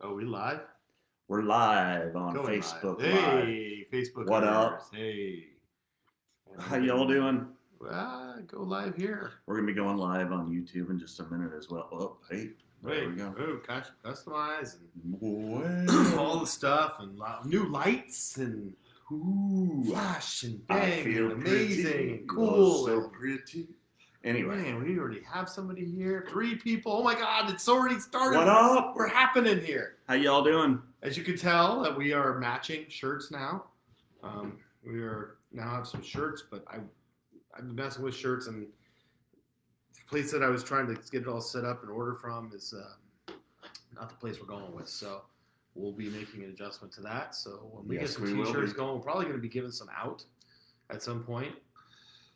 Oh, we live? We're live on Going live. Facebook Live. Hey, Facebook. What up? viewers. Hey. How y'all doing? Ah, go live here. We're gonna be going live on YouTube in just a minute as well. Oh, hey, there Wait, we go. oh, cus- customize and all Boy, the stuff and lo- new lights and Ooh, flash and I bang feel and amazing pretty. and cool. You're so and- pretty. Anyway, Man, we already have somebody here. Three people. Oh my God, it's already started. what up? We're happening here. How y'all doing? As you can tell, that we are matching shirts now. Um, we are now have some shirts, but I I've been messing with shirts and the place that I was trying to get it all set up and order from is uh, not the place we're going with. So we'll be making an adjustment to that. So when we Yes, get we some will t-shirts be. going, we're probably going to be giving some out at some point,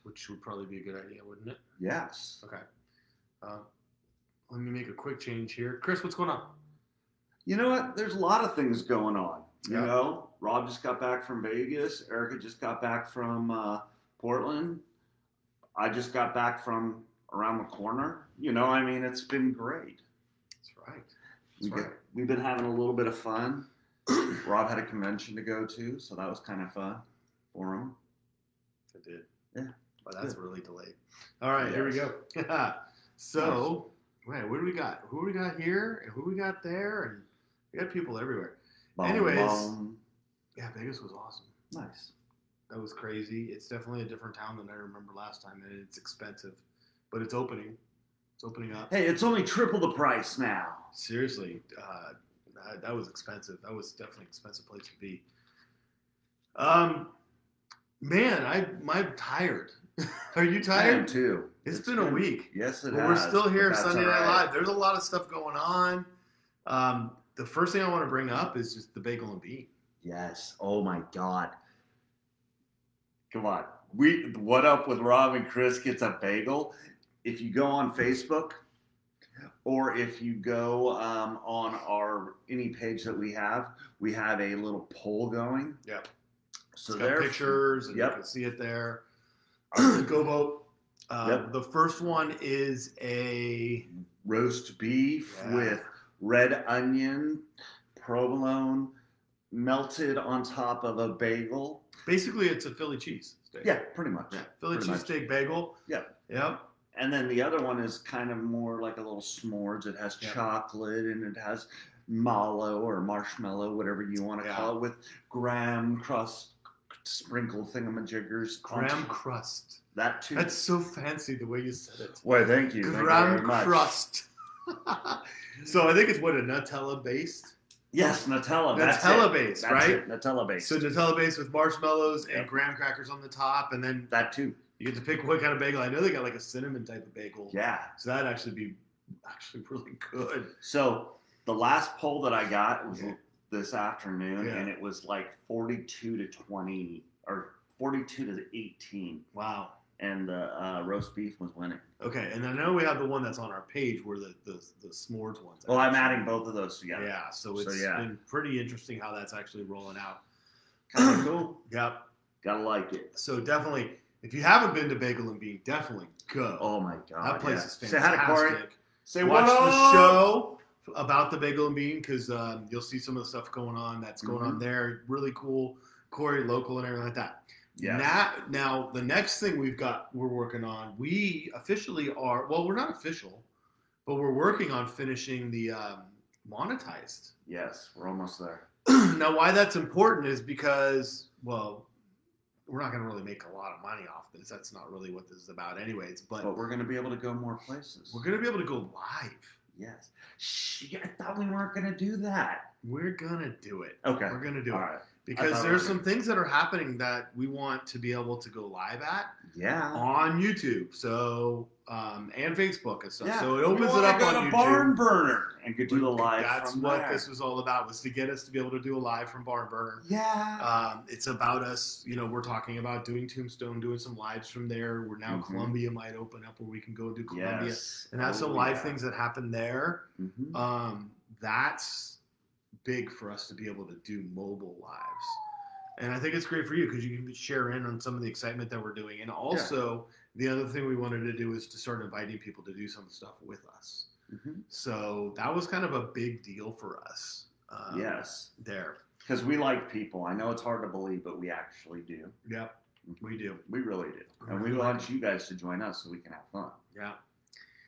which would probably be a good idea, wouldn't it? Yes. Okay. Uh, let me make a quick change here. Chris, what's going on? You know what? There's a lot of things going on. You Yeah. know, Rob just got back from Vegas. Erica just got back from uh, Portland. I just got back from around the corner. You know, I mean, it's been great. That's right. We That's right. have been having a little bit of fun. Rob had a convention to go to, so that was kind of fun for him. It did. Yeah. But that's really delayed. All right, here we Yes. go. so, wait, what do we got? Who we got here and who we got there? And we got people everywhere. Anyways. Yeah, Vegas was awesome. nice. That was crazy. It's definitely a different town than I remember last time, and it's expensive, but it's opening. It's opening up. Hey, it's only triple the price now. Seriously, uh, that, that was expensive. That was definitely an expensive place to be. Um, man, I my tired. Are you I am tired? too. it's been a week. Yes, it Well, has. we're still but here that's Sunday all Night right. Live. There's a lot of stuff going on. Um, the first thing I want to bring up is just the bagel and bean. Yes. Oh my God. Come on. We what up with Rob and Chris gets a bagel. If you go on Facebook, or if you go um, on our any page that we have, we have a little poll going. Yep. So it's got there. pictures, and yep. you can see it there. Go vote. Uh, Yep. The first one is a roast beef Yeah. with red onion, provolone, melted on top of a bagel. basically it's a Philly cheese steak. Yeah, pretty much. Yeah, Philly Pretty cheese much. steak bagel. Yep. Yep. And then the other one is kind of more like a little s'mores. It has Yeah. chocolate and it has mallow or marshmallow, whatever you want to Yeah. call it, with graham crust sprinkled thingamajiggers. on Graham top. crust. That too. That's so fancy the way you said it. Why, thank you. Thank you very Graham much. crust. so I think it's what a Nutella based. Yes, Nutella. Oh, That's Nutella it. based, That's right? it, Nutella base. So Nutella base with marshmallows Yep. and graham crackers on the top, and then that too. you get to pick what kind of bagel. I know they got like a cinnamon type of bagel, Yeah. so that'd actually be actually really good. So the last poll that I got was Yeah. this afternoon, Yeah. and it was like 42 to 20 or 42 to 18, Wow. and the uh, roast beef was winning. Okay, and I know we have the one that's on our page where the the, the s'mores ones. Well, I'm adding both of those Yeah. together. so So, it's yeah. been pretty interesting how that's actually rolling out. Kind of cool. Yep. Gotta like it. So definitely, if you haven't been to Bagel and Bean, definitely go. Oh my god, that place yeah. is Say fantastic. hi to Corey. Say watch what the up? show about the bagel and bean because um, you'll see some of the stuff going on that's going Mm-hmm. on there. Really cool, Corey, local, and everything like that. Yes. Now, now the next thing we've got, we're working on. We officially are. Well, we're not official, but we're working on finishing the um, monetized. Yes, we're almost there. now, why that's important is because well. We're not going to really make a lot of money off this. That's not really what this is about, anyways. But But we're gonna be able to go more places. we're going to be able to go live. Yes. Shh, I thought we weren't gonna do that. We're going to do it. Okay. We're going to do All it. right. I because thought there's we- some things that are happening that we want to be able to go live at Yeah. on YouTube, so um, and Facebook and stuff. yeah. So it We opens it wanna up go on to YouTube. Barn Burner and could do the live. That's from what there. this was all about was to get us to be able to do a live from Barn Burner. Yeah. Um, it's about us, you know. We're talking about doing Tombstone, doing some lives from there. We're now Mhm. Columbia might open up where we can go do Columbia yes. and have Oh, some live yeah. things that happen there. Mhm. um, that's big for us to be able to do mobile lives. And I think it's great for you because you can share in on some of the excitement that we're doing. And also, the other thing we wanted to do is to start inviting people to do some stuff with us. Mhm. So that was kind of a big deal for us uh, yes, there. because we like people. I know it's hard to believe, but we actually do. Yep, we do. We really do, We and we really want you guys to join us so we can have fun. Yeah.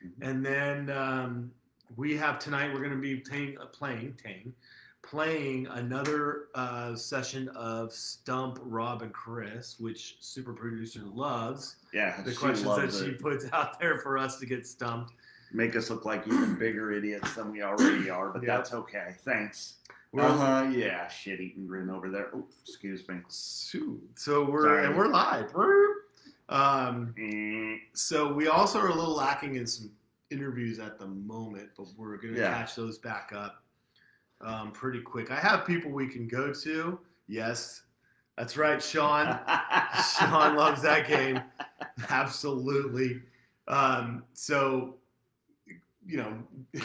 Mhm. And then um, we have tonight, we're going to be playing, playing, tang, playing another uh, session of Stump Rob and Chris, which Super Producer loves. Yeah, The she questions that loves she it. puts out there for us to get stumped. make us look like even bigger idiots than we already are, but Yeah. that's okay. Thanks. We're- Uh huh. Yeah, shit eating grin over there. Oh, excuse me. So so we're Sorry. and we're live. Woo! Um, Mm, so we also are a little lacking in some interviews at the moment, but we're going to Yeah. catch those back up um, pretty quick. I have people we can go to. Yes, that's right, Sean. Sean loves that game. Absolutely. Um, so, you know,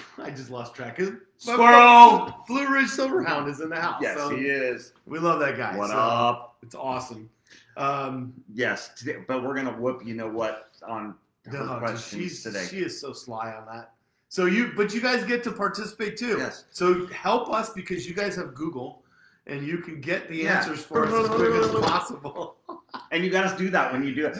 I just lost track. 'Cause my- Squirrel! Blue Ridge Silverhound is in the house. Yes, so he is. We love that guy. What so up? It's awesome. Um, Yes, today, but we're gonna whoop. You know what? On her no, dude, questions she's, today. she is so sly on that. So you, but you guys get to participate too. Yes. So help us because you guys have Google and you can get the Yeah. answers for us as quick as possible. and you gotta do that when you do it.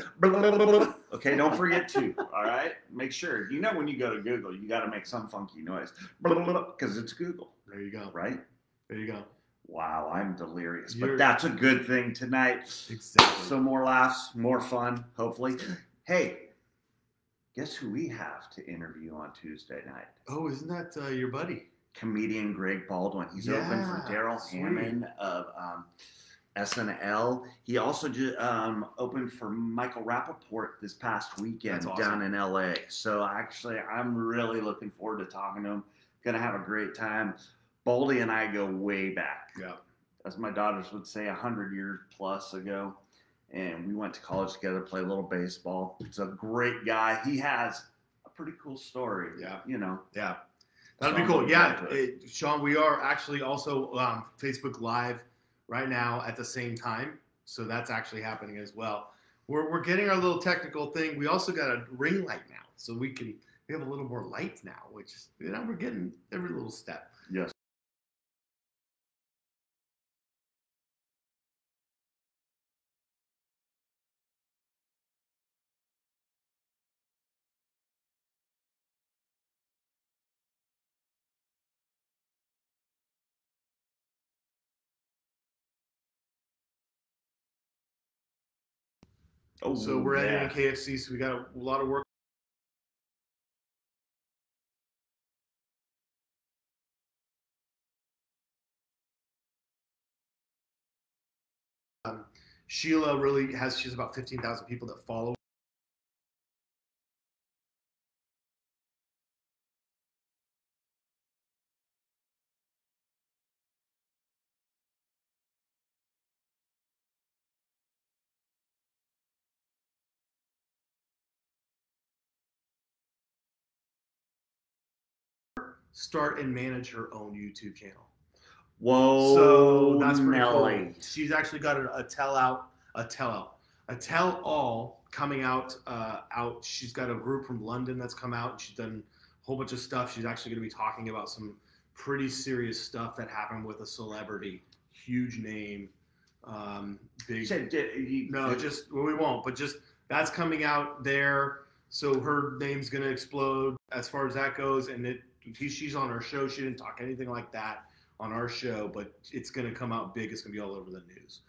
Okay, don't forget to. All right, make sure you know when you go to Google, you gotta make some funky noise because it's Google, There you go. right? There you go. Wow, I'm delirious, You're- but that's a good thing tonight. Exactly. So more laughs, more fun, hopefully. Hey, guess who we have to interview on Tuesday night? Oh, isn't that uh, your buddy? Comedian Greg Baldwin. He's open for Yeah, Daryl sweet. Hammond of um, SNL. He also ju- um, opened for Michael Rappaport this past weekend That's awesome. down in LA. So actually, I'm really looking forward to talking to him. Gonna have a great time. Baldy and I go way back Yeah. as my daughters would say, 100 years plus ago. And we went to college together, played a little baseball. He's a great guy. He has a pretty cool story. Yeah. You know, Yeah. That'd be Sean, cool. we'll Yeah. get to It, Sean, we are actually also um, Facebook Live right now at the same time. So that's actually happening as well. We're, we're getting our little technical thing. We also got a ring light now. So we can, we have a little more light now, which, is- you know, we're getting every little step. Yes. Oh, So we're yeah. editing KFC. So we got a lot of work. Um, Sheila really has. She's about fifteen thousand people that follow. Start and manage her own YouTube channel. Whoa. so that's pretty Nelly. cool. She's actually got a, a tell out, a tell out, a tell all coming out. Uh, out. She's got a group from London that's come out. She's done a whole bunch of stuff. She's actually going to be talking about some pretty serious stuff that happened with a celebrity, huge name, um, big. Said, did- you- No, just well, we won't. But just that's coming out there, so her name's gonna explode as far as that goes. And it, he, she's on our show. She didn't talk anything like that on our show, but it's gonna come out big. It's gonna be all over the news.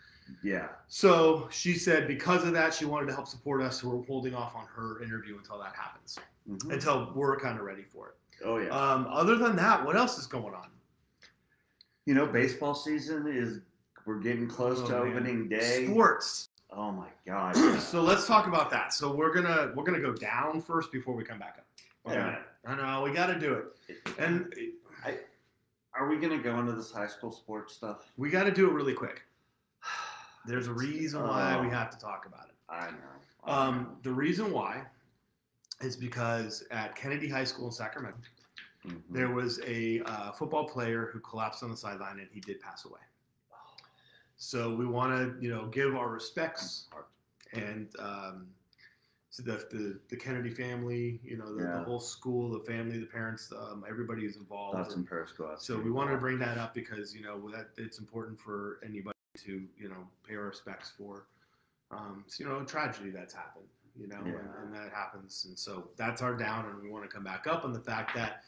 yeah. So she said because of that, she wanted to help support us. So we're holding off on her interview until that happens, Mhm. until we're kind of ready for it. Oh yeah. Um, other than that, what else is going on? you know, baseball season is we're getting close Oh, to man. opening day. Sports. Oh my god. so let's talk about that. So we're gonna we're gonna go down first before we come back up. Yeah. Okay. I know we got to do it, and Are we gonna go into this high school sports stuff? we got to do it really quick. There's a reason why we have to talk about it. I know. I Um, the reason why is because at Kennedy High School in Sacramento, know. Mhm. there was a uh, football player who collapsed on the sideline, and he did pass away. So we want to, you know, give our respects and um, so the, the the Kennedy family, you know, the, the Yeah. whole school, the family, the parents, um, everybody is involved. Thoughts And and prayers go out. so we wanted to bring that up because you know that it's important for anybody to you know pay our respects for, um, so, you know, a tragedy that's happened, you know, Yeah. and, and that happens, and so that's our down, and we want to come back up on the fact that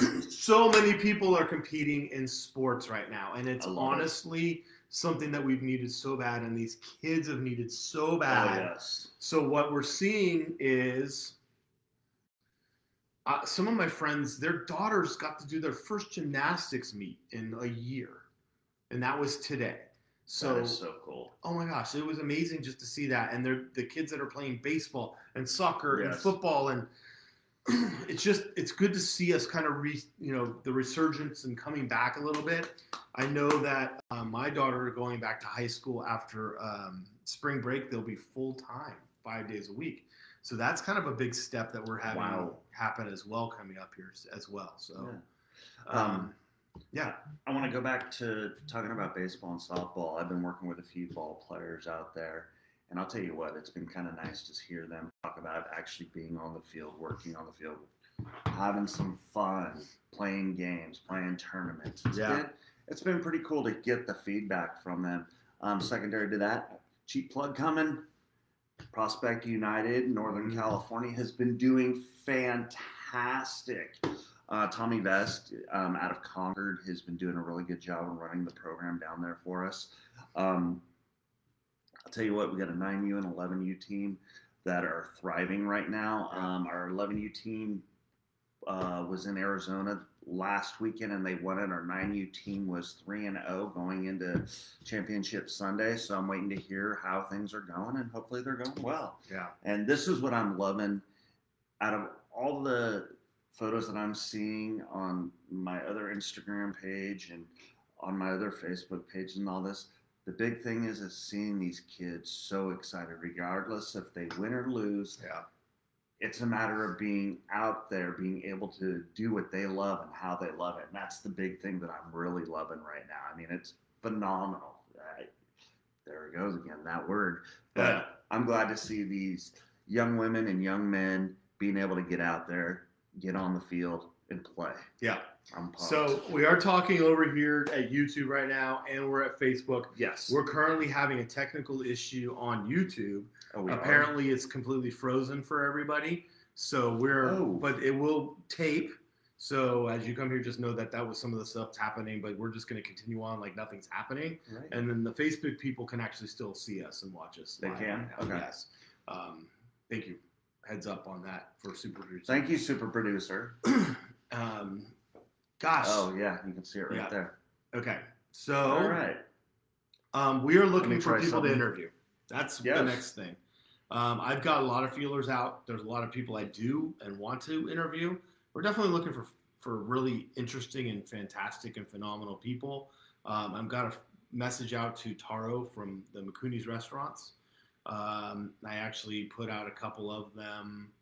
so many people are competing in sports right now, and it's I love it. honestly something that we've needed so bad, and these kids have needed so Oh, bad. yes. So what we're seeing is uh, some of my friends, their daughters got to do their first gymnastics meet in a year, and that was today. So, that is so cool. oh my gosh, it was amazing just to see that. And they're the kids that are playing baseball and soccer and Yes. football and. It's just it's good to see us kind of re you know the resurgence and coming back a little bit. I know that uh, my daughter going back to high school after um, spring break, they'll be full time, five days a week. So that's kind of a big step that we're having Wow. happen as well coming up here s- as well. So Yeah. um, I want to go back to talking about baseball and softball. I've been working with a few ball players out there, and I'll tell you what, it's been kind of nice to hear them talk about actually being on the field, working on the field, having some fun, playing games, playing tournaments. It's Yeah. been, it's been pretty cool to get the feedback from them. Um, secondary to that, cheap plug coming. Prospect United, Northern Mhm. California, has been doing fantastic. Uh, Tommy Vest um, out of Concord has been doing a really good job in running the program down there for us. Um, I'll tell you what, we got a 9U and 11U team that are thriving right now. Um, our 11U team uh, was in Arizona last weekend and they won it. Our 9U team was 3 and 0 going into championship Sunday. So I'm waiting to hear how things are going and hopefully they're going well. yeah, And this is what I'm loving out of all the photos that I'm seeing on my other Instagram page and on my other Facebook page and all this. The big thing is is seeing these kids so excited, regardless if they win or lose. yeah, It's a matter of being out there, being able to do what they love and how they love it. And that's the big thing that I'm really loving right now. I mean, it's phenomenal. I, there it goes again, that word. yeah, But I'm glad to see these young women and young men being able to get out there, get on the field, and play. yeah. I'm pumped. So we are talking over here at YouTube right now, and we're at Facebook. yes, We're currently having a technical issue on YouTube. Oh, we are? Apparently, it's completely frozen for everybody. So we're, Oh. but it will tape. So as you come here, just know that that was some of the stuff that's happening. But we're just going to continue on like nothing's happening, Right. and then the Facebook people can actually still see us and watch us. They live can? right now. Okay. Yes. Um, thank you. Heads up on that for super. Producer. Thank you, super producer. Um, gosh. Oh yeah, you can see it right Yeah. there. Okay. So. All right. Um, we are looking me for try people to something. interview. That's the Yes. next thing. Um, I've got a lot of feelers out. There's a lot of people I do and want to interview. We're definitely looking for for really interesting and fantastic and phenomenal people. Um, I've got a f- message out to Taro from the McCooney's restaurants. Um, I actually put out a couple of them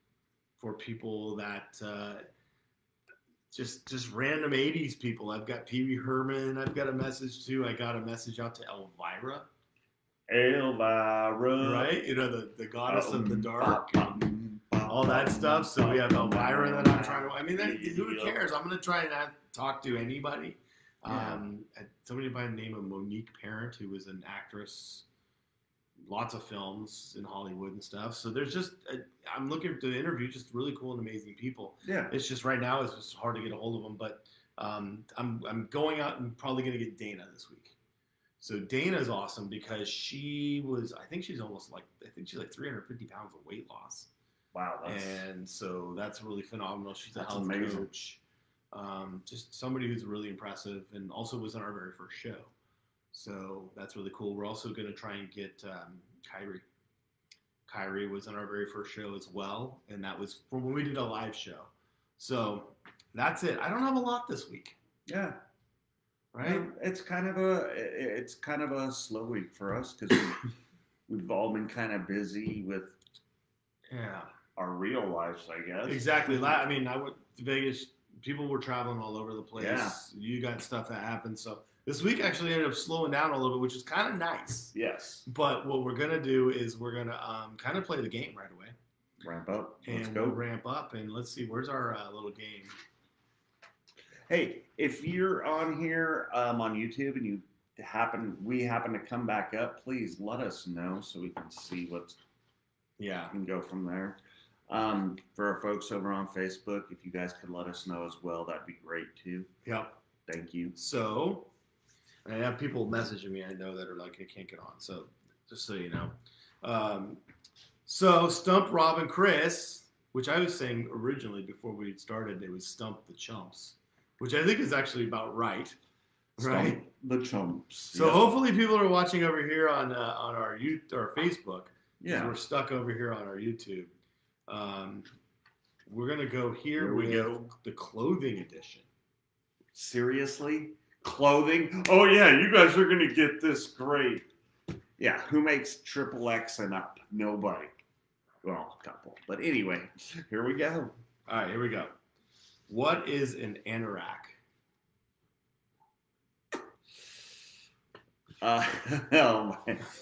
for people that uh, just just random 80s people. I've got Pee Wee Herman. I've got a message too. I got a message out to Elvira, Elvira. right? You know, the, the goddess of the Um, dark, bop, bop, all that stuff. So we have Elvira that I'm trying to. I mean, that, who Yeah. cares? I'm gonna try and not talk to anybody. Yeah. Um, somebody by the name of Monique Parent, who was an actress, lots of films in Hollywood and stuff. So there's just i I'm looking to interview just really cool and amazing people. Yeah. It's just right now it's just hard to get a hold of them. But um, I'm I'm going out and probably gonna get Dana this week. So Dana's awesome because she was I think she's almost like I think she's like 350 pounds of weight loss, Wow. That's, and so that's really phenomenal. She's a That's health amazing. coach, um, just somebody who's really impressive, and also was in our very first show. So that's really cool. We're also gonna try and get um, Kyrie. Kyrie was on our very first show as well, and that was from when we did a live show. So that's it. I don't have a lot this week, yeah. right? Yeah, It's kind of a it- it's kind of a slow week for us because we've all been kind of busy with Yeah. our real lives, I guess. Exactly. La- I mean, I went to Vegas. People were traveling all over the place. Yeah. You got stuff that happened. So this week actually ended up slowing down a little bit, which is kind of nice. Yes. But what we're gonna do is we're gonna um, kind of play the game right away. Ramp up. Let's and go. we'll ramp up and let's see where's our uh, little game. Hey, if you're on here um, on YouTube and you happen, we happen to come back up, please let us know so we can see what Yeah. can go from there. Um, for our folks over on Facebook, if you guys could let us know as well, that'd be great too. Yep. Thank you. So, and I have people messaging me I know that are like, I can't get on. So, just so you know. Um, so, Stump Rob and Chris, which I was saying originally before we had started, it was Stump the Chumps, which I think is actually about right. Right. Stomp The chumps. So, Yeah. hopefully, people are watching over here on uh, on our you our Facebook. 'cause yeah. We're stuck over here on our YouTube. Um, we're going to go here Here we with go. the clothing edition. Seriously? Clothing? Oh, yeah, you guys are going to get this great. Yeah, who makes triple X and up? Nobody. Well, a couple. But anyway, here we go. All right, here we go. What is an anorak? Uh, oh,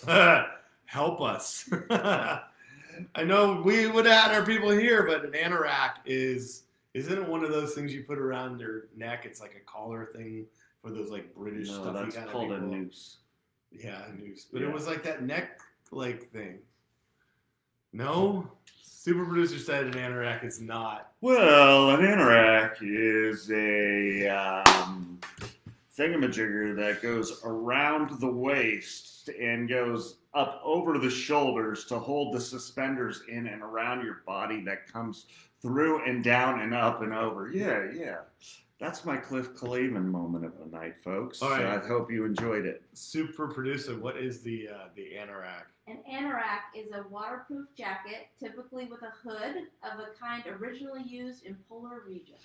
my. Help us. I know we would have had our people here, but an anorak is isn't it one of those things you put around your neck? It's like a collar thing for those like British No, stuff. you that's gotta called a people. noose. Yeah, a noose. But Yeah. it was like that neck like thing. No, Hmm. super producer said an anorak is not. Well, an anorak is a um, thingamajigger that goes around the waist and goes up over the shoulders to hold the suspenders in and around your body that comes through and down and up and over. Yeah, yeah. That's my Cliff Clavin moment of the night, folks. All right. I hope you enjoyed it. Super producer, what is the uh, the anorak? An anorak is a waterproof jacket, typically with a hood of a kind originally used in polar regions.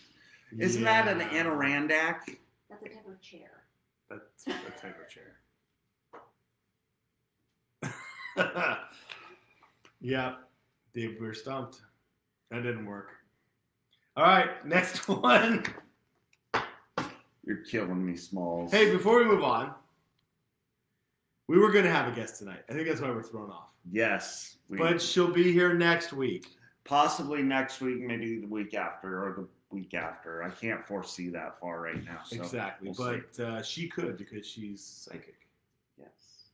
Isn't that an Yeah. anorandak? That's a type of chair. That's a type of chair. yeah, they were stumped. That didn't work. All right, next one. You're killing me, Smalls. Hey, before we move on, we were going to have a guest tonight. I think that's why we're thrown off. Yes. we- But she'll be here next week. possibly next week, maybe the week after or the week after. I can't foresee that far right now. So exactly. we'll see. but uh, she could because she's psychic. yes,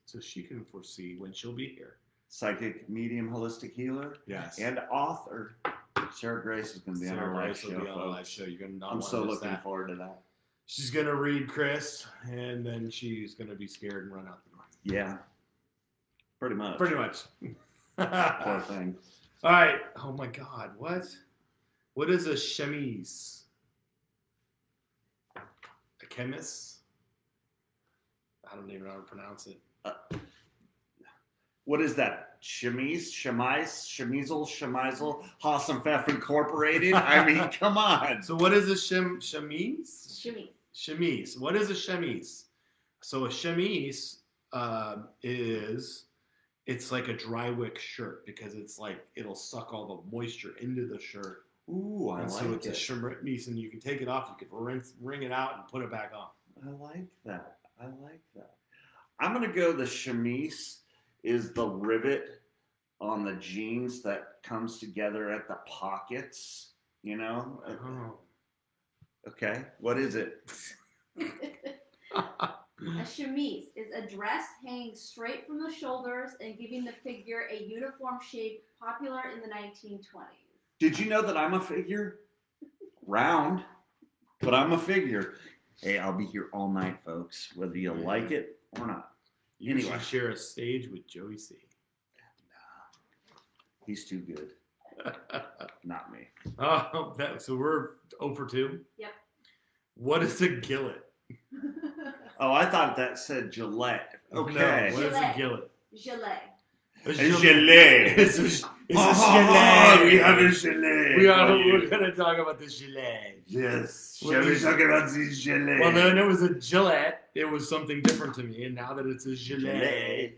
So she can foresee when she'll be here. psychic, medium, holistic healer, Yes. and author. Sarah Grace is going to be on Sarah our live Rice will show. be on the folks. live show. You're going to not I'm want so to miss looking that. forward to that. She's gonna read Chris, and then she's gonna be scared and run out the door. Yeah, pretty much. Pretty much. Poor All thing. right. Oh my God. What? What is a chemise? A chemist? I don't even know how to pronounce it. What is that? Chemise, chemise, chemisel, chemisel, Haas and Pfeff Incorporated. I mean, come on. So what is a chem chemise? Shimmy. chemise. What is a chemise? So a chemise um, is it's like a dry wick shirt because it's like it'll suck all the moisture into the shirt. Ooh, I and so like it's a it. chemise, and you can take it off. You can rinse, wring it out, and put it back on. I like that. I like that. I'm gonna go. The chemise is the rivet on the jeans that comes together at the pockets. You know. Okay. What is it? a chemise is a dress hanging straight from the shoulders and giving the figure a uniform shape popular in the 1920s. Did you know that I'm a figure? Round, but I'm a figure. Hey, I'll be here all night, folks, whether you like it or not. You Anyway. should share a stage with Joey C. He's too good. Not me. Oh, that, so we're over two. Yep. What is a gillet? Oh, I thought that said Gillette. No, Okay. what is a Gillette. gillet? Gillette. A Gillette. It's a, it's a Oh, gillet. We have a chalet. We are for you. we're gonna talk about the gilet. Yes. Well, Shall we there's- talk about the chalet? Well, then it was a Gillette. It was something different to me, and now that it's a gilet, Chalet.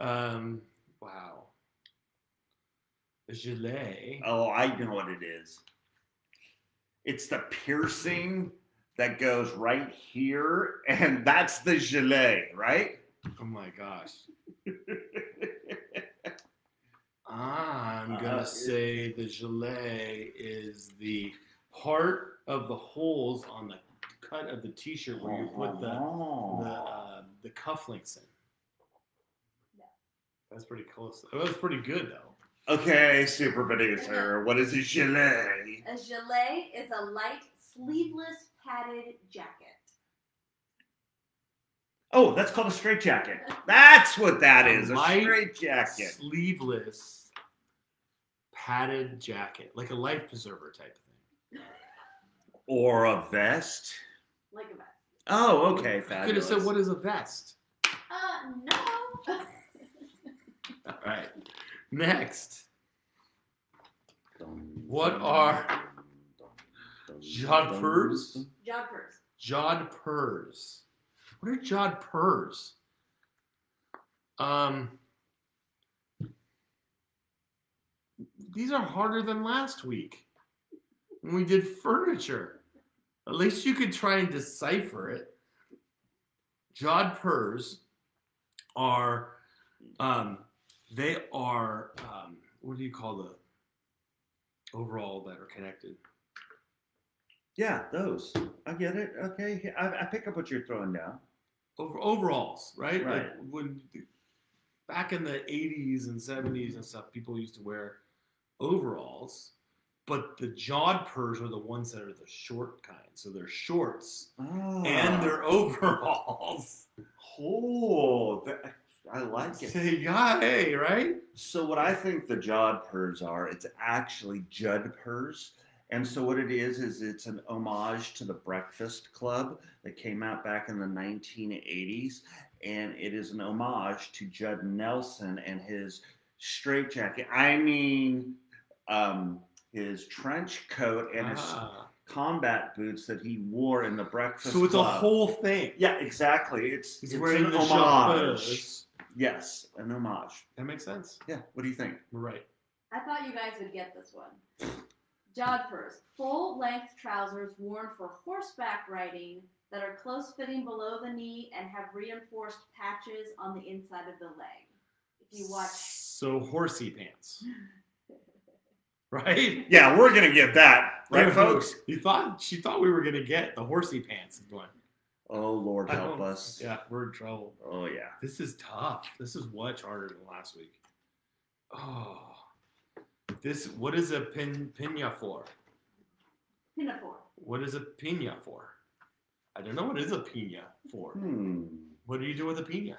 um, wow, a gilet. Oh, I know what it is. It's the piercing that goes right here, and that's the gilet, right? Oh my gosh. I'm Uh, gonna it- say the gilet is the part of the holes on the cut of the t-shirt where you put the the, uh, the cufflinks in. Yeah. That's pretty close. That was pretty good though. okay, super producer. What is a gilet? A gilet is a light, sleeveless, padded jacket. Oh, that's called a straitjacket. That's what that A is. A light straitjacket. Sleeveless, padded jacket, like a life preserver type thing. Or a vest. Like a vest. Oh, okay. I could have Fabulous. said, "What is a vest?" Uh, no. All right. Next, What are jodhpurs? Jumpers. Jodhpurs. What are jodhpurs? Um, these are harder than last week when we did furniture. At least you could try and decipher it. Jodhpurs are, um, they are, um, what do you call the overall that are connected? Yeah, those. I get it. Okay. I, I pick up what you're throwing down. over, overalls, right? Like Right. when back in the 80s and 70s and stuff, people used to wear overalls, but the jodhpurs are the ones that are the short kind. So they're shorts Oh. and they're overalls. Oh, that, I like it. Say, yay, right? So what I think the jodhpurs are, it's actually judpurs. And so what it is is it's an homage to the Breakfast Club that came out back in the 1980s, and it is an homage to Judd Nelson and his straitjacket. I mean, um, his trench coat and his Ah. combat boots that he wore in the Breakfast. So it's a Club. whole thing. Yeah, exactly. It's He's it's wearing an the homage. jodhpurs. Yes, an homage. That makes sense. Yeah. What do you think? We're right. I thought you guys would get this one. Jodhpurs, full-length trousers worn for horseback riding that are close-fitting below the knee and have reinforced patches on the inside of the leg. If you watch, So horsey pants. Right? Yeah, we're gonna get that, There, You thought she thought we were gonna get the horsey pants is one. Oh Lord, I help don't- us. Yeah, we're in trouble. Oh yeah. This is tough. This is much harder than last week. Oh, this. What is a pin pina for? pinafore, What is a pina for? I don't know what is a pina for. Hmm. What do you do with a pina?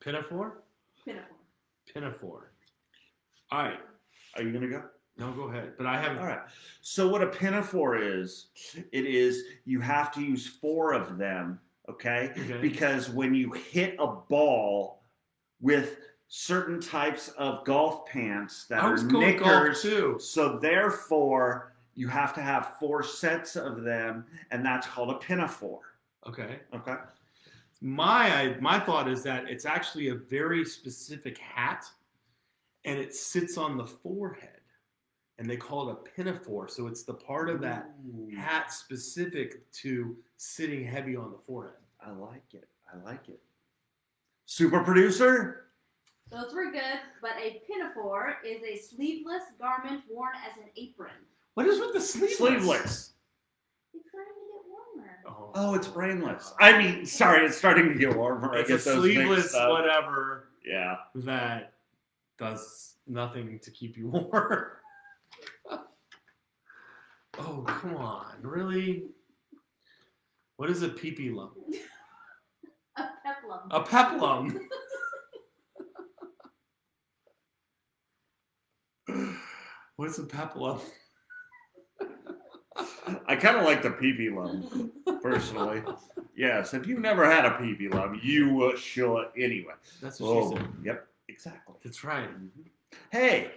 Pinafore. pinafore. Pinafore. All right. Are you gonna go? No, go ahead. But I have. All right. So what a pinafore is, it is you have to use four of them, okay? Okay. Because when you hit a ball with certain types of golf pants that I was are going golf knickers, too. so therefore you have to have four sets of them, and that's called a pinafore. Okay. Okay. my my thought is that it's actually a very specific hat and it sits on the forehead and they call it a pinafore so it's the part of that Ooh. hat specific to sitting heavy on the forehead I like it. I like it. Super producer? Those were good, but a pinafore is a sleeveless garment worn as an apron. what is with the sleeveless, Sleeveless. It's starting to get warmer. Oh. Oh, it's brainless. I mean, sorry, it's starting to get warmer. I it's get a those sleeveless mixed up. whatever Yeah. that does nothing to keep you warm oh come on really what is a pee lump A peplum. A peplum. What's a peplum? I kind of like the PB lum, personally. yes, if you've never had a PB lum, you uh, should anyway. That's what she Oh, said. yep, exactly. Mm-hmm. That's right. Hey,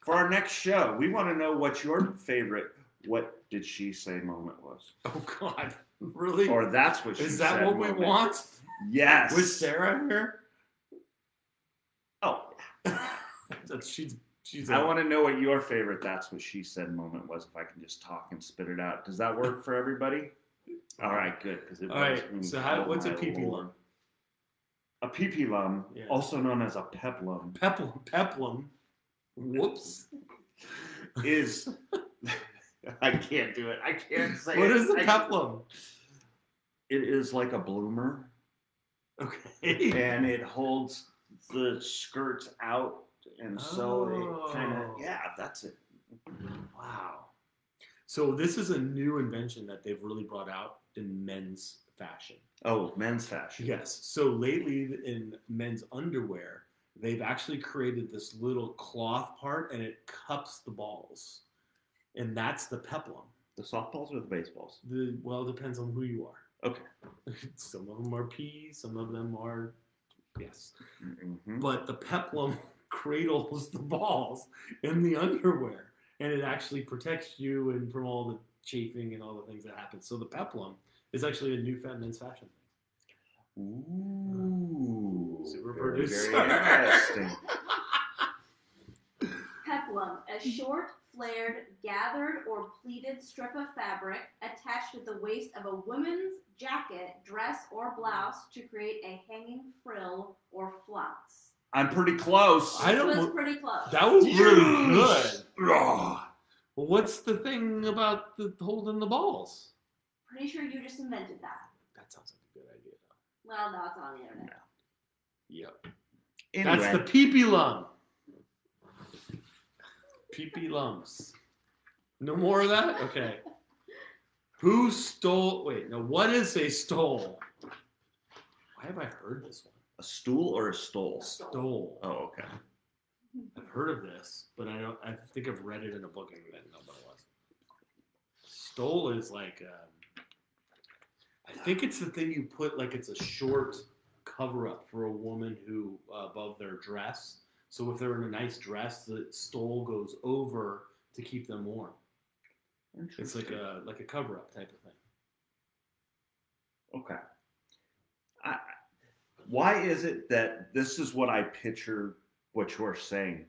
for our next show, we want to know what your favorite "What did she say?" moment was, Oh God, really? or that's what she Is that said what we moment. want Yes. with Sarah here? Oh, That she's she's. I a- want to know what your favorite "That's what she said" moment was. If I can just talk and spit it out, does that work for everybody? All right, good. 'cause it All right. was- So how, oh what's a my pee lord. lump? A pipilum, Yeah. also known as a peplum, Peplum. Peplum. Whoops. is. I can't do it. I can't say What it. is a I- peplum? It is like a bloomer. Okay. and it holds the skirts out, and so it kind Oh. of yeah, that's it. Wow. So this is a new invention that they've really brought out in men's fashion. Oh, men's fashion. Yes. So lately in men's underwear, they've actually created this little cloth part and it cups the balls. And that's the peplum. the softballs or the baseballs. The well it depends on who you are. Okay. some of them are peas, some of them are yes. Mhm. But the peplum cradles the balls in the underwear and it actually protects you and from all the chafing and all the things that happen. So the peplum is actually a new fat men's fashion thing. Ooh, Super very, producer. very interesting. Peplum, a Mm-hmm. short, flared, gathered, or pleated strip of fabric attached at the waist of a woman's jacket, dress, or blouse to create a hanging frill or flounce. I'm pretty close. I This don't was wa- pretty close. That was really Yes. good. Raw. Well, what's the thing about the holding the balls? pretty sure you just invented that. That sounds like a good idea. though. Well, no, it's on the internet. Yep. Anyway, That's the peepee lum. Peepee lums. No more of that? Okay. Who stole? Wait, no, what is a stole? Why have I heard this one? a stool or a stole. Stole. Oh, okay. I've heard of this, but I don't. I think I've read it in a book and I didn't know what it was. Stole is like, um, I think it's the thing you put like it's a short cover up for a woman who uh, above their dress. So if they're in a nice dress, the stole goes over to keep them warm. It's like a like a cover up type of thing. Okay. I, why is it that this is what I picture what you're saying?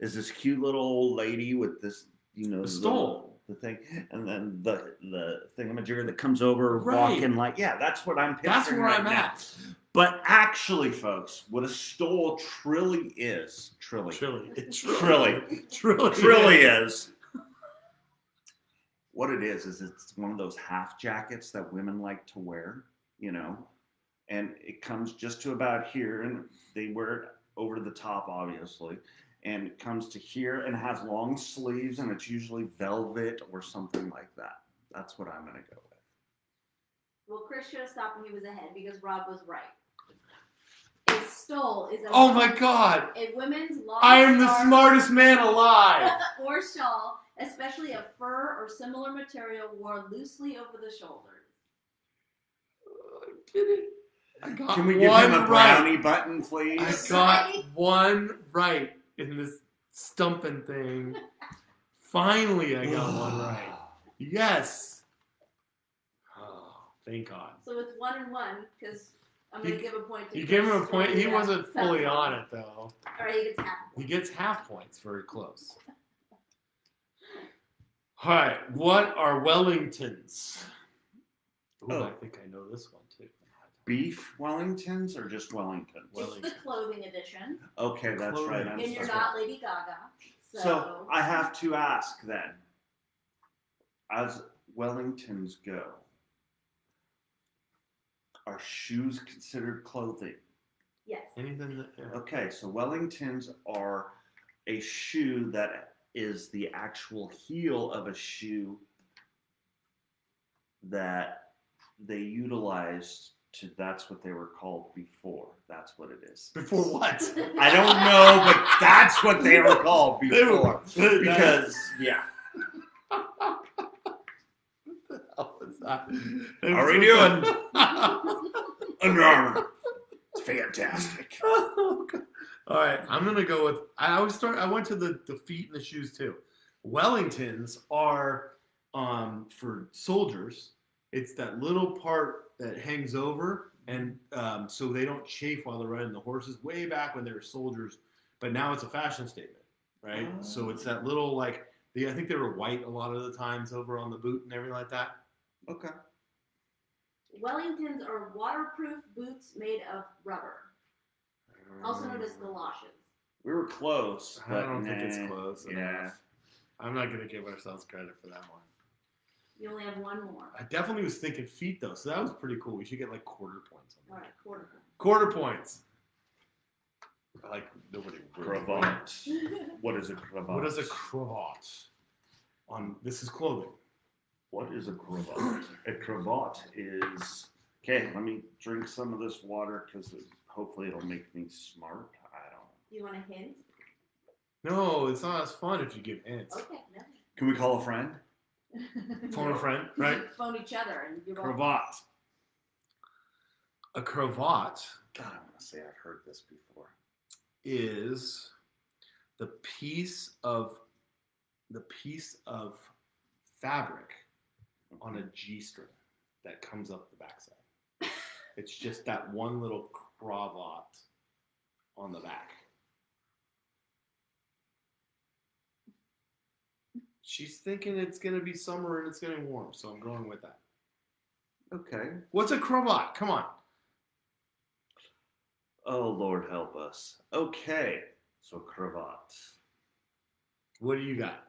Is this cute little old lady with this, you know, A stole. the, the thing, and then the the thingamajigger that comes over Right. walking like, yeah, that's what I'm picturing. That's where right I'm now. at. But actually, folks, what a stole truly is, truly, Trilly. Trilly. Trilly. truly is. What it is is it's one of those half jackets that women like to wear, you know, and it comes just to about here, and they wear it over the top, obviously, and it comes to here and has long sleeves, and it's usually velvet or something like that. That's what I'm gonna go with. Well, Chris should have stopped when he was ahead because Rob was right. A stole is a Oh my god. a woman's long. I am the scarf smartest man alive. or shawl, especially of fur or similar material worn loosely over the shoulders. I got Can we give him a Uh, one brownie button, please? I got one right in this stumping thing. Finally, I got one right. Yes. Oh, thank God. So it's one and one because I'm gonna You- give a point to. You Chris gave him a for point. He doing wasn't that. fully on it, though. All right, he gets half. a He point. gets half points very close. All right. What are Wellingtons? Ooh, I Oh. think I know this one too. Beef Wellingtons or just Wellingtons? It's the clothing edition, Okay, that's right. I'm Clothing. and you're sorry. not Lady Gaga, so. So I have to ask then, as Wellingtons go, are shoes considered clothing? yes. Anything that. yeah. Okay, so Wellingtons are a shoe that is the actual heel of a shoe that they utilized to, that's what they were called before. That's what it is. Before what? I don't know, but that's what they were called They before. were- That- Because, yeah. Oh, it's not- How are we doing? Under Armour. It's fantastic. Oh, All right, I'm gonna go with. I always start. I went to the the feet and the shoes too. Wellingtons are um, for soldiers. It's that little part that hangs over, and um, so they don't chafe while they're riding the horses. Way back when they were soldiers, but now it's a fashion statement, right? So it's that little like. The, I think they were white a lot of the times over on the boot and everything like that. Okay. Wellingtons are waterproof boots made of rubber. also known as galoshes. We were close. I but don't think nah. it's close. yeah. enough. I'm not gonna give ourselves credit for that one. You only have one more. I definitely was thinking feet though, so that was pretty cool. We should get like quarter points. On All that. right, quarter. Quarter points. I Like nobody. would. Cravat. point. What is a cravat? What is a cravat? On this is clothing. What is a cravat? A cravat is. Okay, let me drink some of this water because hopefully it'll make me smart. I don't. you want a hint? No, it's not as fun if you give hints. Okay, Can we call a friend? no. Phone a friend, right? Phone each other and you're all Cravat. A cravat God, I want to say I've heard this before. is the piece of the piece of fabric on a g-string that comes up the backside. it's just that one little cravat on the back. She's thinking it's gonna be summer and it's getting warm, so I'm going with that. Okay. What's a cravat? Come on. Oh Lord, help us. Okay, so cravat. What do you got?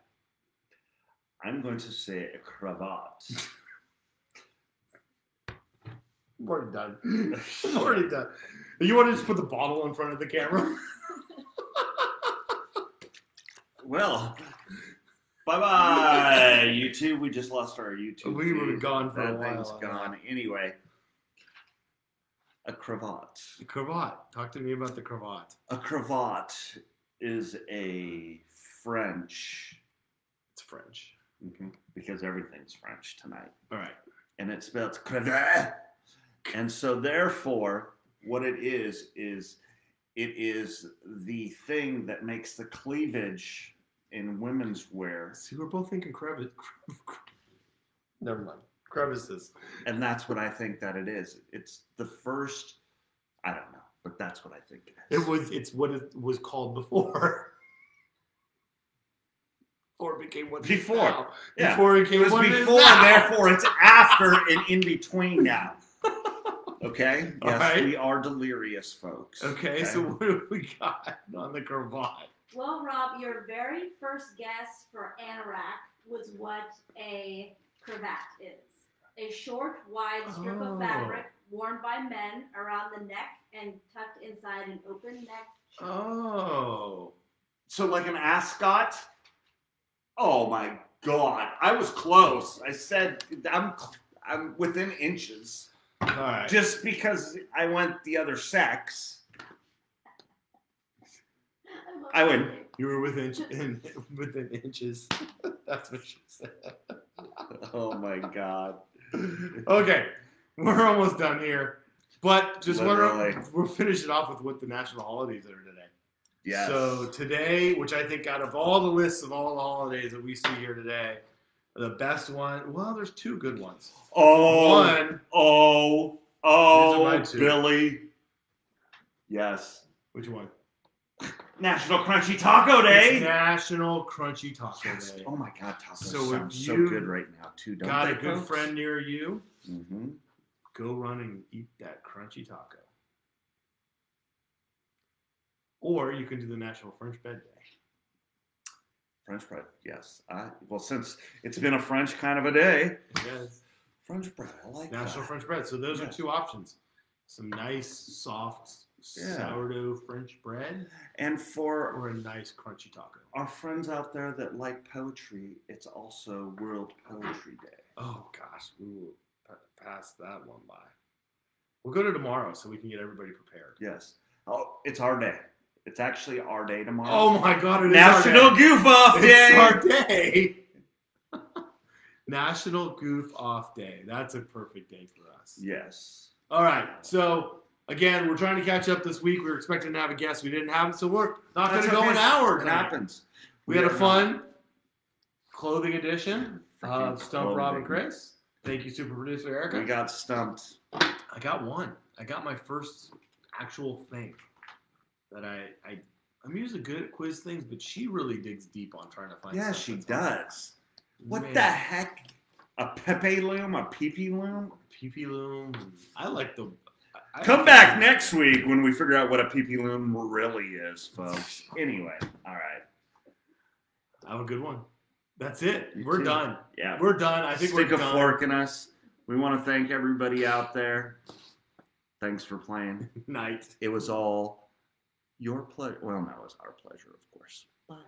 I'm going to say a cravat. I'm already done. I'm already done. You want to just put the bottle in front of the camera? well, bye bye, YouTube. We just lost our YouTube. we would have feed. gone for a That while. thing's gone. Anyway, a cravat. The cravat. Talk to me about the cravat. A cravat is a French, It's French. because everything's French tonight. All right. and it spells crevet. And so, therefore, what it is is it is the thing that makes the cleavage in women's wear, See, we're both thinking crevice. Never mind. Crevices. and that's what I think that it is. It's the first. I don't know, but that's what I think it is. It was. It's what it was called before. Before it became what it is Before. now. Yeah. Before it It became was what it is before, now. therefore, it's after, and in between now. Okay. All Yes, right. we are delirious, folks. Okay, so what do we got on the cravat? Well, Rob, your very first guess for anorak was what a cravat is a short, wide strip Oh. of fabric worn by men around the neck and tucked inside an open neck. Oh. So like an ascot? Oh my god. I was close. I said I'm I'm within inches. All right. Just because I went the other sex. love I that win. name. You were within in, within inches. That's what she said. Oh my god. Okay, we're almost done here, but just Literally. wanna, we'll finish it off with what the national holidays are today. Yes. So today, which I think out of all the lists of all the holidays that we see here today, the best one. Well, there's two good ones. oh One, oh These are my oh two. Billy. Yes. which one? National Crunchy Taco It's Day. National Crunchy Taco Yes. Day. Oh my god, tacos So sound if so you good right now too. Don't Got they, a good folks? friend near you? Mhm. go run and eat that crunchy taco. Or you can do the National French Bed Day. French bread, yes. I, well, since it's been a French kind of a day, Yes. French bread, I like National that. French Bread. So those are two options. Some nice, soft, Yeah. sourdough French bread And for or a nice crunchy taco. our friends out there that like poetry, it's also World Poetry Day. Oh, gosh. We will pa- pass that one by. We'll go to tomorrow so we can get everybody prepared. Yes. Oh, it's our day. It's actually our day tomorrow. Oh, my God. It is our National day. Goof Off Day. It's our day. National Goof Off Day. That's a perfect day for us. yes. All right. So again, we're trying to catch up this week. We were expecting to have a guest. We didn't have him, so we're not going to That's go okay. an hour. It tonight. happens. We had a are fun clothing edition Freaking of Stump Rob and clothing. Chris. Thank you, super producer not- Erica. We got stumped. I got one. I got my first actual thing that I, I I'm usually good at quiz things, but she really digs deep on trying to find. Yeah, stuff she that's on there. does. What Man. the heck? A Pepe loom? A Pee Pee loom? PP loom. I like the. I Come don't back think- next week when we figure out what a PP loom really is, folks. Anyway, all right. Have a good one. That's it. You We're too. done. Yeah. We're done. I think Stick we're a done. fork in us. We want to thank everybody out there. Thanks for playing. Night. It was all your pleasure. Well, no, it was our pleasure, of course. Bye.